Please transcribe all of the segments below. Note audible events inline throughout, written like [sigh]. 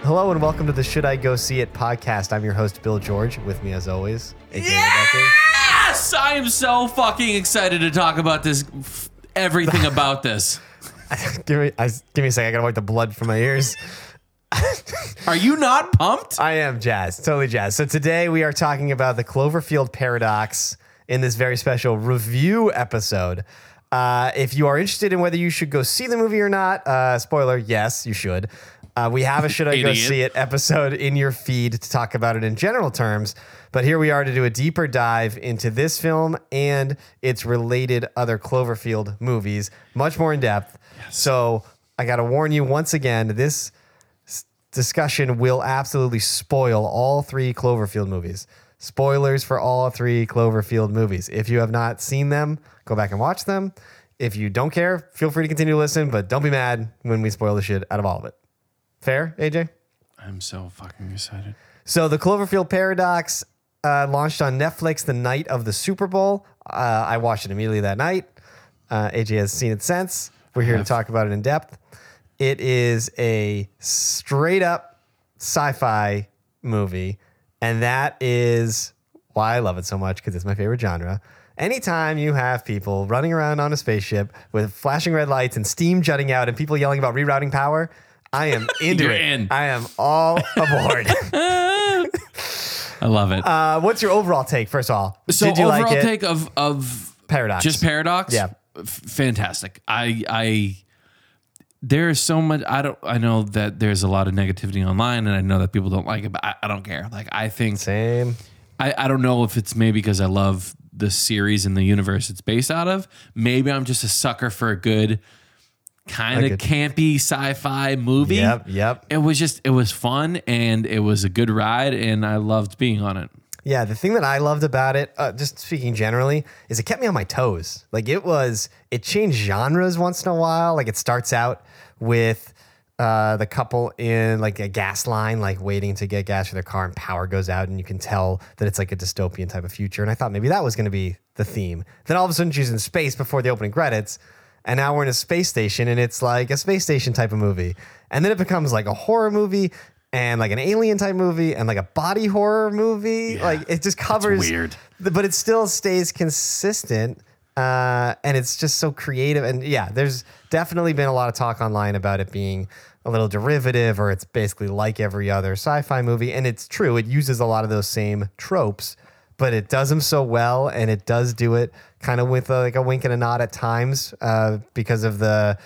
Hello and welcome to the Should I Go See It podcast. I'm your host, Bill George. With me, as always, AJ Rebecca. Yes! I am so fucking excited to talk about this, f- [laughs] everything about this. give me, I, give me a second. I gotta wipe the blood from my ears. Are you not pumped? I am jazzed, totally jazzed. So today we are talking about the Cloverfield paradox in this very special review episode. Uh, if you are interested in whether you should go see the movie or not, uh, spoiler: yes, you should. Uh, we have a "Should I Go Idiot. See It" episode in your feed to talk about it in general terms, but here we are to do a deeper dive into this film and its related other Cloverfield movies, much more in depth. So I got to warn you once again: this discussion will absolutely spoil all three Cloverfield movies. Spoilers for all three Cloverfield movies. If you have not seen them, go back and watch them. If you don't care, feel free to continue to listen, but don't be mad when we spoil the shit out of all of it. Fair, AJ? I'm so fucking excited. So the Cloverfield Paradox uh, launched on Netflix the night of the Super Bowl. Uh, I watched it immediately that night. Uh, AJ has seen it since. We're here to talk about it in depth. It is a straight up sci-fi movie, and that is why I love it so much because it's my favorite genre. Anytime you have people running around on a spaceship with flashing red lights and steam jutting out and people yelling about rerouting power, I [laughs] am into You're it. in. I am all [laughs] aboard. I love it. Uh, what's your overall take? First of all, so did you overall like it? take of of Paradox. just paradox. Yeah. F- fantastic. I I there is so much. I don't. I know that there's a lot of negativity online, and I know that people don't like it, but I, I don't care. Like I think Same. I, I don't know if it's maybe because I love the series and the universe it's based out of. Maybe I'm just a sucker for a good kind Like of a- campy sci-fi movie. Yep. Yep. It was just it was fun and it was a good ride and I loved being on it. Yeah, the thing that I loved about it, uh, just speaking generally, is it kept me on my toes. Like it was, it changed genres once in a while. Like it starts out with uh, the couple in like a gas line, like waiting to get gas for their car, and power goes out, and you can tell that it's like a dystopian type of future. And I thought maybe that was going to be the theme. Then all of a sudden she's in space before the opening credits, and now we're in a space station, and it's like a space station type of movie. And then it becomes like a horror movie. And like an alien type movie, and like a body horror movie, like it just covers weird. th- but it still stays consistent uh, and it's just so creative and yeah there's definitely been a lot of talk online about it being a little derivative or it's basically like every other sci-fi movie and it's true it uses a lot of those same tropes but it does them so well and it does do it kind of with a, like a wink and a nod at times uh, because of the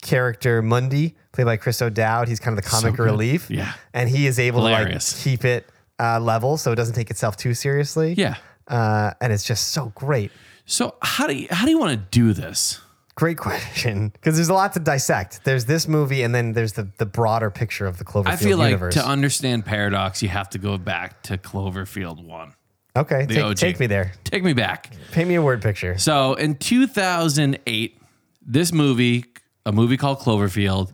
character Mundy played by Chris O'Dowd he's kind of the comic good. relief Yeah. and he is able Hilarious. to like keep it uh, level so it doesn't take itself too seriously Yeah. uh, and it's just so great. So how do you how do you want to do this? Great [laughs] question, because there's a lot to dissect. There's this movie, and then there's the, the broader picture of the Cloverfield I feel like universe. to understand paradox, you have to go back to Cloverfield one. okay, take, OG. take me there. Take me back. Paint me a word picture. So in 2008, this movie, a movie called Cloverfield,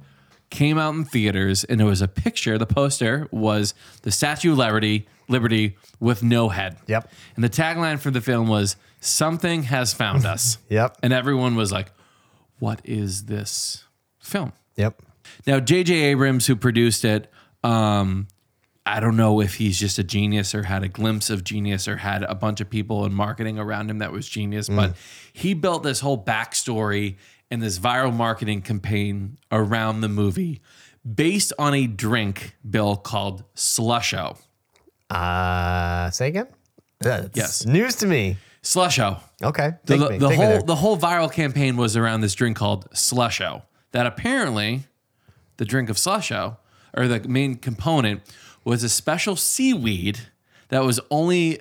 came out in theaters, and there was a picture. The poster was the Statue of Liberty, Liberty with no head. Yep. And the tagline for the film was "Something has found us." Yep. And everyone was like, "What is this film?" Yep. Now, J.J. Abrams, who produced it, um, I don't know if he's just a genius or had a glimpse of genius or had a bunch of people in marketing around him that was genius, but he built this whole backstory and this viral marketing campaign around the movie based on a drink, Bill, called Slusho. Uh, say again. That's Yes. News to me. Slusho. Okay. The, Take me. the take me whole there. the whole viral campaign was around this drink called Slusho. That apparently, the drink of Slusho, or the main component, was a special seaweed that was only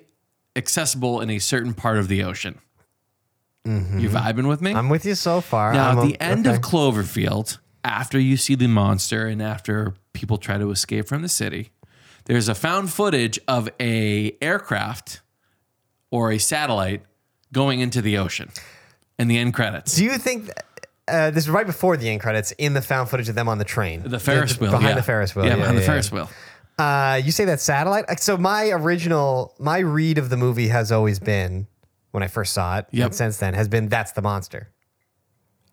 accessible in a certain part of the ocean. You vibing with me? Mm-hmm. I'm with you so far. Now, I'm at a- the end okay. of Cloverfield, after you see the monster and after people try to escape from the city, there's a found footage of a aircraft or a satellite going into the ocean in the end credits. do you think th- uh, this is right before the end credits in the found footage of them on the train? The Ferris wheel. behind yeah. the Ferris wheel. Yeah, behind the yeah, Ferris wheel. Uh, you say that satellite. Like, So my original, my read of the movie has always been when I first saw it, Yep. and since then has been that's the monster,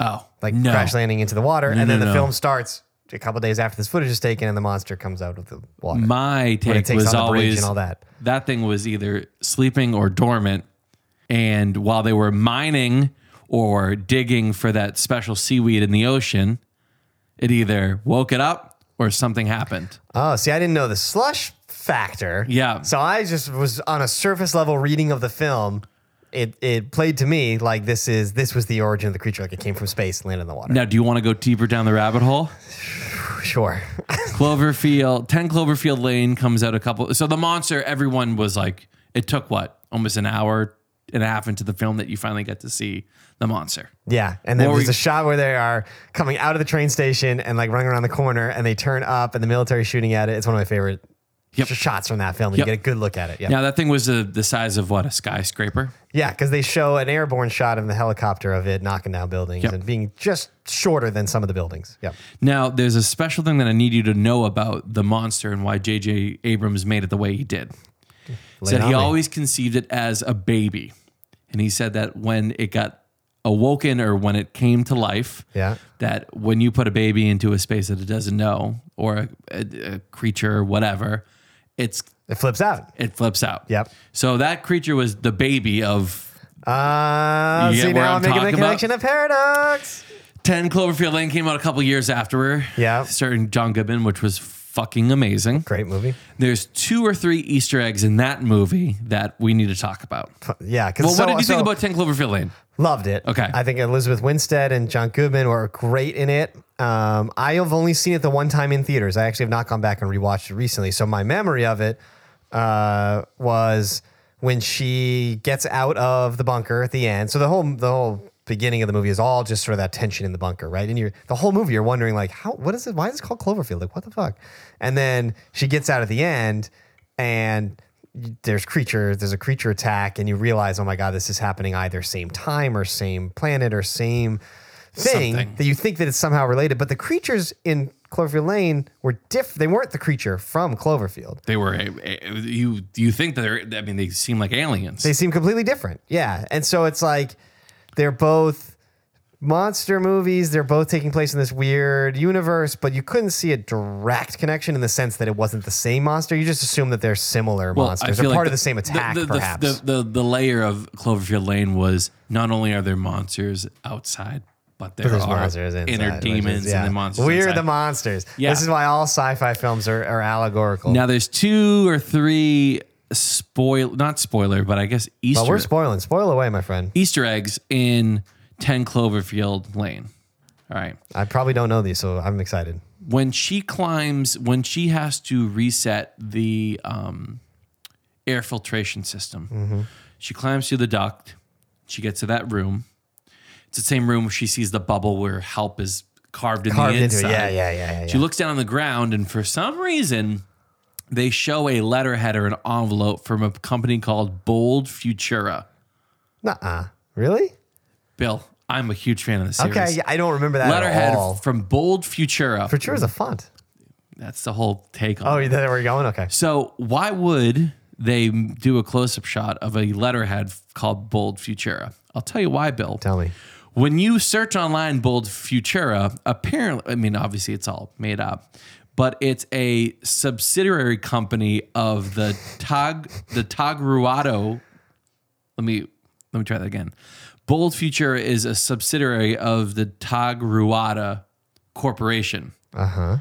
Oh. like no. crash landing into the water, and no, then the no. film starts a couple days after this footage is taken and the monster comes out of the water. My When it take takes was on the bridge always and all that. that thing was either sleeping or dormant. And while they were mining or digging for that special seaweed in the ocean, it either woke it up or something happened. Oh, see, I didn't know the slush factor. Yeah. So I just was on a surface level reading of the film. It it played to me like this is this was the origin of the creature, like it came from space, landed in the [laughs] water. Now, do you want to go deeper down the rabbit hole? Sure. Cloverfield, 10 Cloverfield Lane comes out a couple. So the monster, everyone was like, it took what? Almost an hour and a half into the film that you finally get to see the monster. Yeah. And then Or there's we- a shot where they are coming out of the train station and like running around the corner and they turn up and the military shooting at it. It's one of my favorite Yep. sh- shots from that film. You Yep. get a good look at it. Yeah. Now, that thing was the, the size of what? A skyscraper? Yeah, because they show an airborne shot of the helicopter of it knocking down buildings Yep. and being just shorter than some of the buildings. Yep. Now, there's a special thing that I need you to know about the monster and why J.J. Abrams made it the way he did. Lay Said it on he me. always conceived it as a baby, and he said that when it got awoken or when it came to life, Yeah. that when you put a baby into a space that it doesn't know or a, a, a creature or whatever, it's It flips out. it flips out. Yep. So that creature was the baby of Uh, You get see, where now I'm I'm making the talking about? connection of Paradox. 10 Cloverfield Lane came out a couple years after. her, Yeah. Starring John Goodman, which was fucking amazing. Great movie. There's two or three Easter eggs in that movie that we need to talk about. Yeah. 'cause Well, so- what did you so- think about 10 Cloverfield Lane? Loved it. Okay. I think Elizabeth Winstead and John Goodman were great in it. Um, I have only seen it the one time in theaters. I actually have not gone back and rewatched it recently. So my memory of it uh, was when she gets out of the bunker at the end. So the whole the whole beginning of the movie is all just sort of that tension in the bunker, right? And you're the whole movie you're wondering like, how what is it? Why is it called Cloverfield? Like what the fuck? And then she gets out at the end and there's creature there's a creature attack and you realize oh my god this is happening either same time or same planet or same thing Something. that you think that it's somehow related but the creatures in Cloverfield Lane were diff they weren't the creature from Cloverfield They were, a, a- you you think that they're, I mean, they seem like aliens. they seem completely different yeah and so it's like they're both monster movies they're both taking place in this weird universe but you couldn't see a direct connection in the sense that it wasn't the same monster you just assume that they're similar Well, monsters I they're feel like part of the same attack the, the, perhaps The, the, the layer of Cloverfield Lane was not only are there monsters outside, but there There's are monsters inside, inner which demons is- yeah. and the monsters. We're inside. the monsters. Yeah. This is why all sci-fi films are, are allegorical. Now there's two or three spoil, not spoiler, but I guess Easter but we're spoiling. Spoil away, my friend. Easter eggs in 10 Cloverfield Lane. All right. I probably don't know these, so I'm excited. When she climbs, when she has to reset the um, air filtration system, Mm-hmm. she climbs through the duct. She gets to that room. It's the same room where she sees the bubble where help is carved in Carved the into inside. it. Yeah, yeah, yeah, yeah. She yeah. looks down on the ground, and for some reason, they show a letterhead or an envelope from a company called Bold Futura. Nuh-uh. Really? Bill, I'm a huge fan of the series. Okay. Yeah, I don't remember that at all. letterhead from Bold Futura. For sure, is a font. That's the whole take on. Oh, it. there we're going. Okay. So why would they do a close-up shot of a letterhead called Bold Futura? I'll tell you why, Bill. Tell me. When you search online Bold Futura, apparently, I mean, obviously it's all made up, but it's a subsidiary company of the Tag the Tagruado. Let me let me try that again. Bold Futura is a subsidiary of the Tagruada Corporation. Uh huh.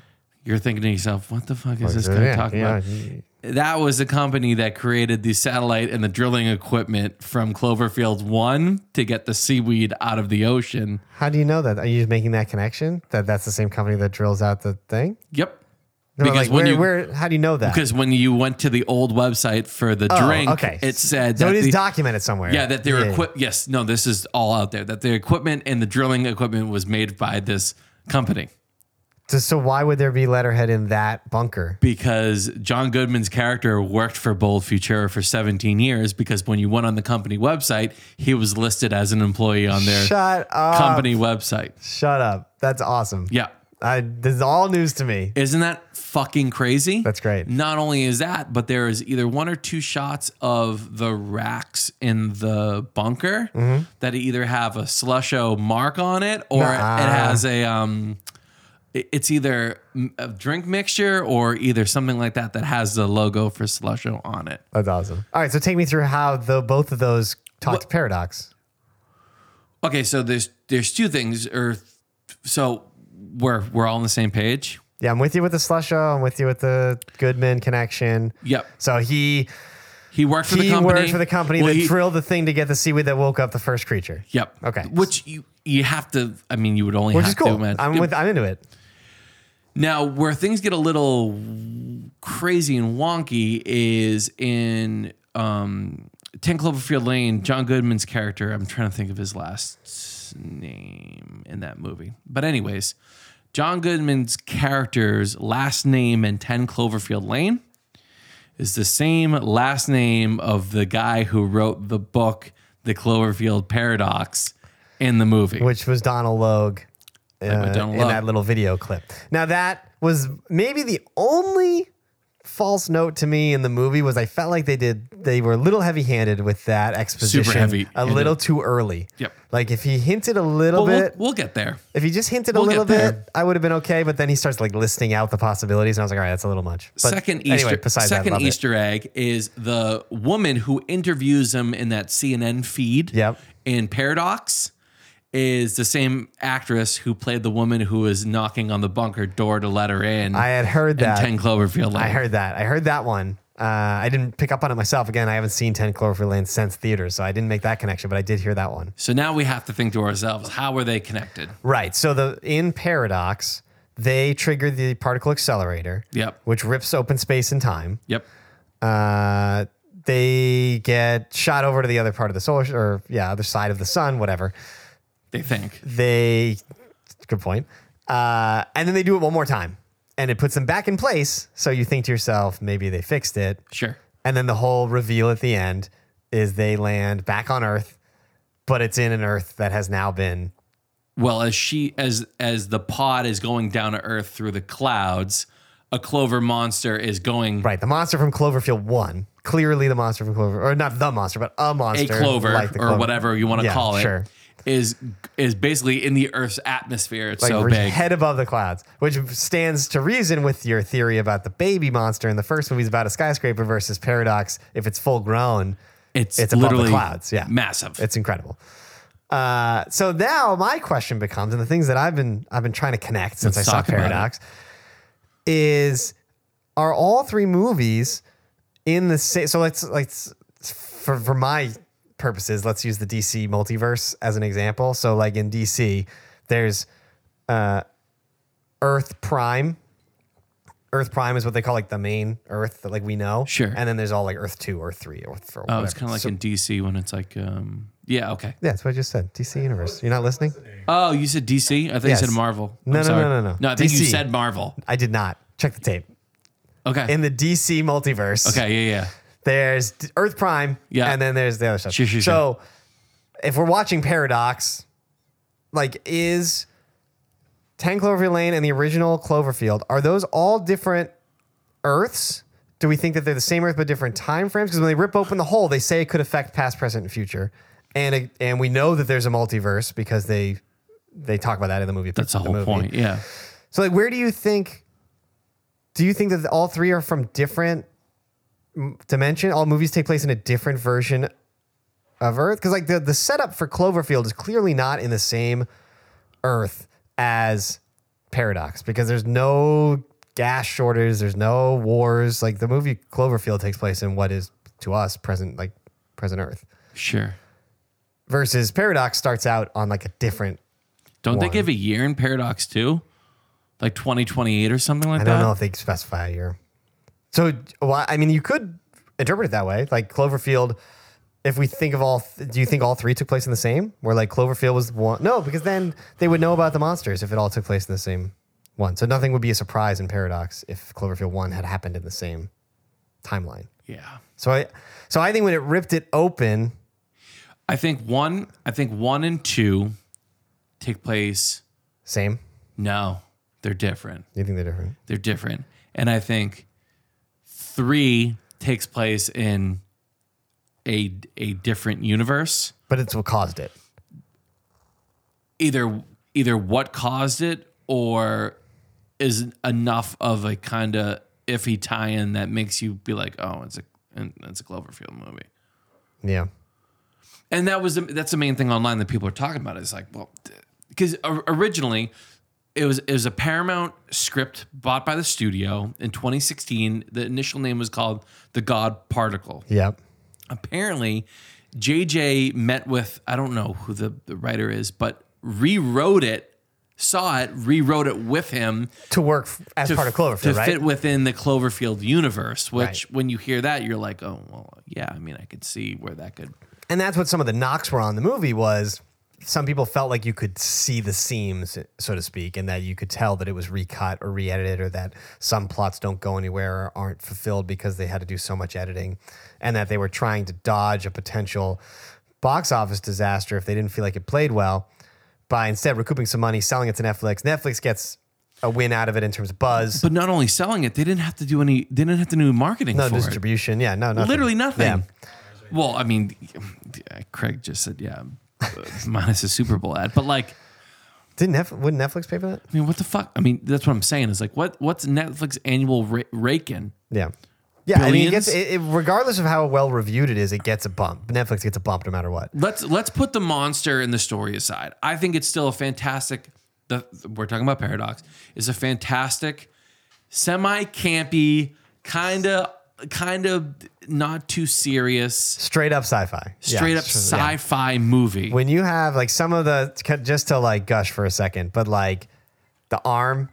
You're thinking to yourself, what the fuck is this guy Yeah, talking yeah. about? That was the company that created the satellite and the drilling equipment from Cloverfield 1 to get the seaweed out of the ocean. How do you know that? Are you making that connection? That that's the same company that drills out the thing? Yep. No, like, Because when where, you- where? How do you know that? Because when you went to the old website for the Oh, drink, okay. it said so that it is the- documented somewhere. yeah, that their Yeah. equip yes, no, this is all out there. That their equipment and the drilling equipment was made by this company. So- So why would there be letterhead in that bunker? because John Goodman's character worked for Bold Futura for 17 years because when you went on the company website, he was listed as an employee on their Shut up. company website. Shut up. That's awesome. Yeah. I, this is all news to me. Isn't that fucking crazy? That's great. Not only is that, but there is either one or two shots of the racks in the bunker Mm-hmm. that either have a slusho mark on it or Nuh-uh. it has a um it- it's either mm, a drink mixture or either something like that that has the logo for Slusho on it. That's awesome. All right, so take me through how the both of those talk to paradox. Okay, so there's there's two things, or th- so we're we're all on the same page. Yeah, I'm with you with the Slusho. I'm with you with the Goodman connection. Yep, So he he worked for the he company. worked for the company Well, that he- drilled the thing to get the seaweed that woke up the first creature, Yep. Okay. Which you you have to. I mean, you would only which have is cool. to imagine. I'm with I'm into it. Now, where things get a little crazy and wonky is in um, 10 Cloverfield Lane, John Goodman's character. I'm trying to think of his last name in that movie. But, anyways, John Goodman's character's last name in 10 Cloverfield Lane is the same last name of the guy who wrote the book, The Cloverfield Paradox, in the movie. which was Donald Logue uh, Donald in Logue. that little video clip. Now that was maybe the only false note to me in the movie was I felt like they did they were a little heavy-handed with that exposition, heavy. a And little too early. Yep. Like if he hinted a little But we'll, bit, we'll get there. if he just hinted a we'll little get there. bit, I would have been okay. But then he starts like listing out the possibilities, and I was like, all right, that's a little much. But second anyway, Easter besides that, second love it. Easter egg is the woman who interviews him in that CNN feed. Yep. In Paradox, is the same actress who played the woman who was knocking on the bunker door to let her in. I had heard in that. Ten Cloverfield Lane. I heard that. I heard that one. Uh, I didn't pick up on it myself. Again, I haven't seen 10 Cloverfield Lane since theaters, so I didn't make that connection, but I did hear that one. so now we have to think to ourselves: How are they connected? Right. So the in Paradox, they trigger the particle accelerator, Yep. which rips open space and time. Yep. Uh, they get shot over to the other part of the solar, or yeah, other side of the sun, whatever. They think. They, good point. Uh, and then they do it one more time, and it puts them back in place. So you think to yourself, maybe they fixed it. Sure. And then the whole reveal at the end is they land back on Earth, but it's in an Earth that has now been. Well, as she as as the pod is going down to Earth through the clouds, a clover monster is going Right, the monster from Cloverfield 1. Clearly the monster from Clover, or not the monster, but a a monster. clover like or the clover. whatever you want to Yeah, call it is sure. is basically in the Earth's atmosphere. It's Like so re- big. head above the clouds, which stands to reason with your theory about the baby monster in the first movie is about a skyscraper versus Paradox. If it's full grown, it's it's above the literally clouds, yeah. massive. It's incredible. Uh, so now my question becomes, and the things that I've been I've been trying to connect since Let's I saw talk about it. Paradox, is are all three movies in the same? So let's let's for for my purposes, let's use the DC multiverse as an example. So like in DC, there's uh, Earth Prime. Earth Prime is what they call like the main Earth that like we know. Sure. And then there's all like Earth Two, Earth Three, Earth Four. oh, it's kind of like in DC when it's like, um, yeah, okay. Yeah, that's what I just said. DC Universe. You're not listening? Oh, you said DC? I thought Yes. you said Marvel. No, I'm no, sorry. no, no, no. No, I think you DC. said Marvel. I did not. Check the tape. Okay. In the DC multiverse, okay, yeah, yeah. there's D- Earth Prime, Yeah. and then there's the other stuff. Sure, sure, so if we're watching Paradox, like is 10 Cloverfield Lane and the original Cloverfield, are those all different Earths? Do we think that they're the same Earth but different time frames? Because when they rip open the hole, they say it could affect past, present, and future. And, it, and we know that there's a multiverse because they they talk about that in the movie. That's the whole point. Yeah. So like, where do you think? Do you think that all three are from different m- dimension? All movies take place in a different version of Earth because like the the setup for Cloverfield is clearly not in the same Earth as Paradox because there's no gas shortage, there's no wars. Like the movie Cloverfield takes place in what is to us present like present Earth Sure. versus Paradox starts out on like a different. Don't they One. give a year in Paradox too? Like 2028 or something like I that? don't know if they specify a year. So, well, I mean, you could interpret it that way. Like Cloverfield, if we think of all, th- do you think all three took place in the same? Where like Cloverfield was one? No, because then they would know about the monsters if it all took place in the same one. So nothing would be a surprise in Paradox if Cloverfield one had happened in the same timeline. Yeah. So I, so I think when it ripped it open, I think one, I think one and two take place. same. No, they're different. You think they're different? They're different. And I think three takes place in a a different universe. But it's what caused it. Either either what caused it or is enough of a kind of iffy tie-in that makes you be like, oh, it's a it's a Cloverfield movie. Yeah. And that was the, that's the main thing online that people are talking about. Is like, well, because originally it was it was a Paramount script bought by the studio in 2016. The initial name was called The God Particle. Yep. Apparently, JJ met with I don't know who the, the writer is, but rewrote it, saw it, rewrote it with him To work f- as to part of f- Cloverfield, to right? fit within the Cloverfield universe. Which, Right. when you hear that, you're like, oh well, yeah. I mean, I could see where that could and that's what some of the knocks were on the movie was some people felt like you could see the seams so to speak and that you could tell that it was recut or re-edited or that some plots don't go anywhere or aren't fulfilled because they had to do so much editing and that they were trying to dodge a potential box office disaster if they didn't feel like it played well by instead recouping some money selling it to netflix netflix gets a win out of it in terms of buzz But not only selling it, they didn't have to do any. They didn't have to do marketing no for it. distribution yeah no nothing. Literally nothing. Yeah. Well, I mean, yeah, Craig just said, yeah, [laughs] minus a Super Bowl ad. But like, didn't Netf- wouldn't netflix pay for that I mean, what the fuck? I mean, that's what I'm saying. Is like, what what's Netflix annual ra- rake in? Yeah. Yeah, I mean, it gets, it, Billions? it, regardless of how well reviewed it is, it gets a bump. Netflix gets a bump no matter what. Let's let's put the monster and the story aside. I think it's still a fantastic. The we're talking about paradox is a fantastic, semi campy, kind of kind of not too serious, Straight up sci-fi. Yeah, straight up sure, yeah. sci-fi movie. When you have like some of the just to like gush for a second, but like the arm,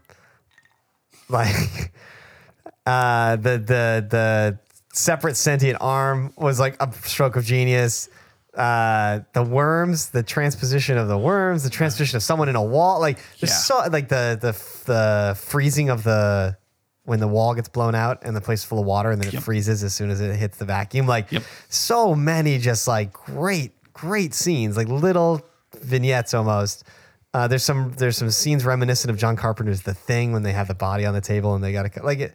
like [laughs] uh, the the the separate sentient arm was like a stroke of genius. Uh, the worms, the transposition of the worms, the transposition of someone in a wall, like there's Yeah. so like the the the freezing of the when the wall gets blown out and the place full of water and then it freezes as soon as it hits the vacuum. Like Yep. so many just like great great scenes, like little vignettes almost. Uh, there's some there's some scenes reminiscent of John Carpenter's The Thing when they have the body on the table and they got to like it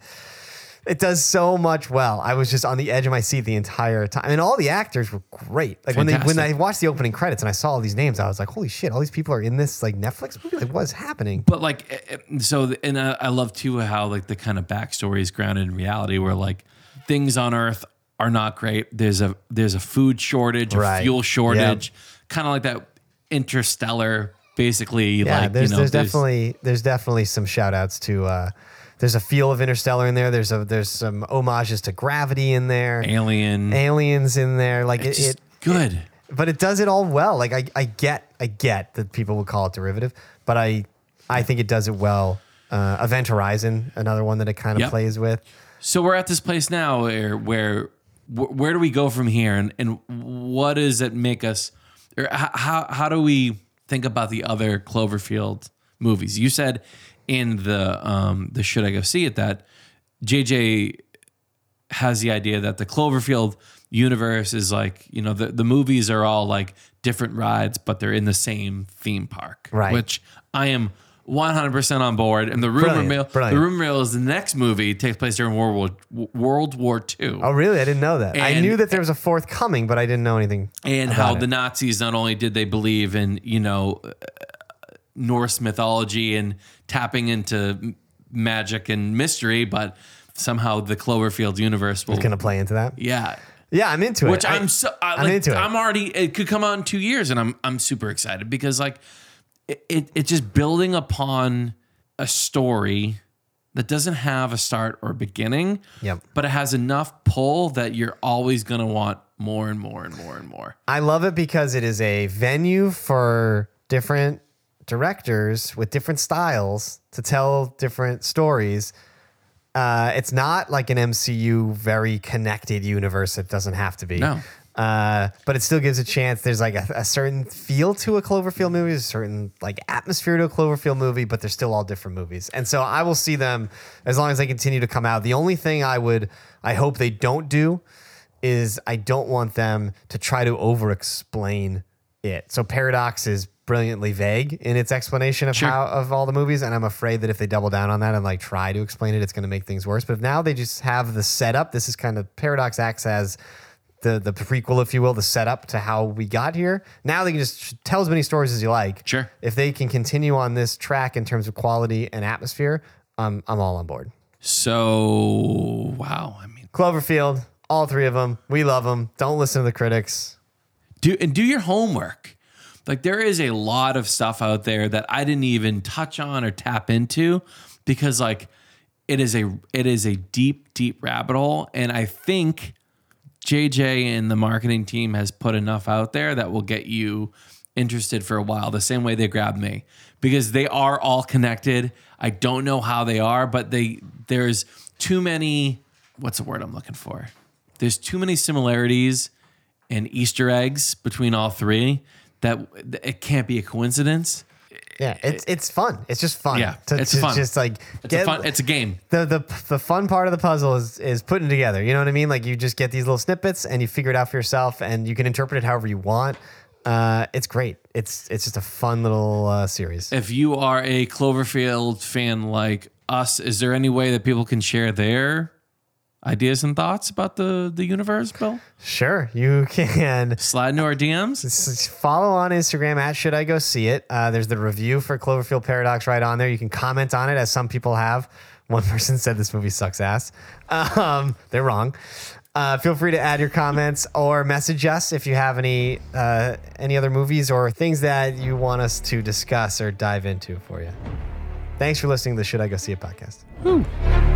it does so much well. I was just on the edge of my seat the entire time, and all the actors were great. Like when they when Fantastic. I watched the opening credits and I saw all these names, I was like, "Holy shit! All these people are in this like Netflix movie. Like, what's happening?" but like eh, eh, so th- and I, I love too how like the kind of backstory is grounded in reality where like things on earth are not great there's a there's a food shortage a Right. fuel shortage kind of like that interstellar basically Yeah, like there's you know there's, definitely there's definitely some shout outs to. Uh, there's a feel of Interstellar in there. There's a there's some homages to Gravity in there. alien Aliens in there. Like it, just it good but it does it all well. Like I, I get, I get that people would call it derivative, but I, I think it does it well. Uh, Event Horizon, another one that it kind of Yep. plays with. so we're at this place now where where wh- where do we go from here and and what does it make us or h- how how do we think about the other cloverfield movies you said in the um the should i go see it that jj has the idea that the cloverfield universe is like you know the, the movies are all like different rides but they're in the same theme park Right. which i am 100% on board and the rumor Brilliant, mill the brilliant. rumor Rumor Mill is the next movie takes place during World War World War II, Oh, really? I didn't know that. I And- knew that there was a fourth coming, but I didn't know anything. and how about the it. Nazis not only did they believe in you know uh, Norse mythology and tapping into m- magic and mystery, but somehow the Cloverfield universe will, Going to play into that? yeah. Yeah, I'm into it. Which I- I'm so I, I'm like, into it. I'm already it could come out in two years, and I'm I'm super excited because like it, it it's just building upon a story that doesn't have a start or beginning. Yep. But it has enough pull that you're always gonna want more and more and more and more. I love it because it is a venue for different directors with different styles to tell different stories. Uh, it's not like an MCU very connected universe. It doesn't have to be. No. Uh, but it still gives a chance. There's like a, a certain feel to a Cloverfield movie, a certain like atmosphere to a Cloverfield movie, but they're still all different movies. And so I will see them as long as they continue to come out. The only thing I would, I hope they don't do is I don't want them to try to over explain it. So Paradox is brilliantly vague in its explanation of how of all the movies and I'm afraid that if they double down on that and like try to explain it it's going to make things worse. But if now they just have the setup, this is kind of Paradox acts as the the prequel if you will, the setup to how we got here. Now they can just tell as many stories as you like. Sure. If they can continue on this track in terms of quality and atmosphere, um, I'm I'm all on board. So wow, I mean, Cloverfield, all three of them. We love them. Don't listen to the critics. do and do your homework. Like there is a lot of stuff out there that I didn't even touch on or tap into because like it is a it is a deep deep rabbit hole and I think JJ and the marketing team has put enough out there that will get you interested for a while the same way they grabbed me because they are all connected. I don't know how they are, but they there's too many what's the word I'm looking for? There's too many similarities and Easter eggs between all three that it can't be a coincidence. Yeah, it's it's fun. It's just fun. Yeah, to, it's to fun. Just like It's get a fun. It's a game. the the the fun part of the puzzle is is putting it together. You know what I mean? Like you just get these little snippets and you figure it out for yourself, and you can interpret it however you want. Uh, it's great. It's it's just a fun little uh, series. If you are a Cloverfield fan like us, is there any way that people can share their ideas and thoughts about the the universe, Bill? Sure, you [laughs] can Slide into our DMs. S- s- follow on Instagram at Should I Go See It. Uh, there's the review for Cloverfield Paradox right on there. You can comment on it, as some people have. One [laughs] person said this movie sucks ass. Um, they're wrong. Uh, feel free to add your comments or message us if you have any uh, any other movies or things that you want us to discuss or dive into for you. Thanks for listening to the Should I Go See It podcast.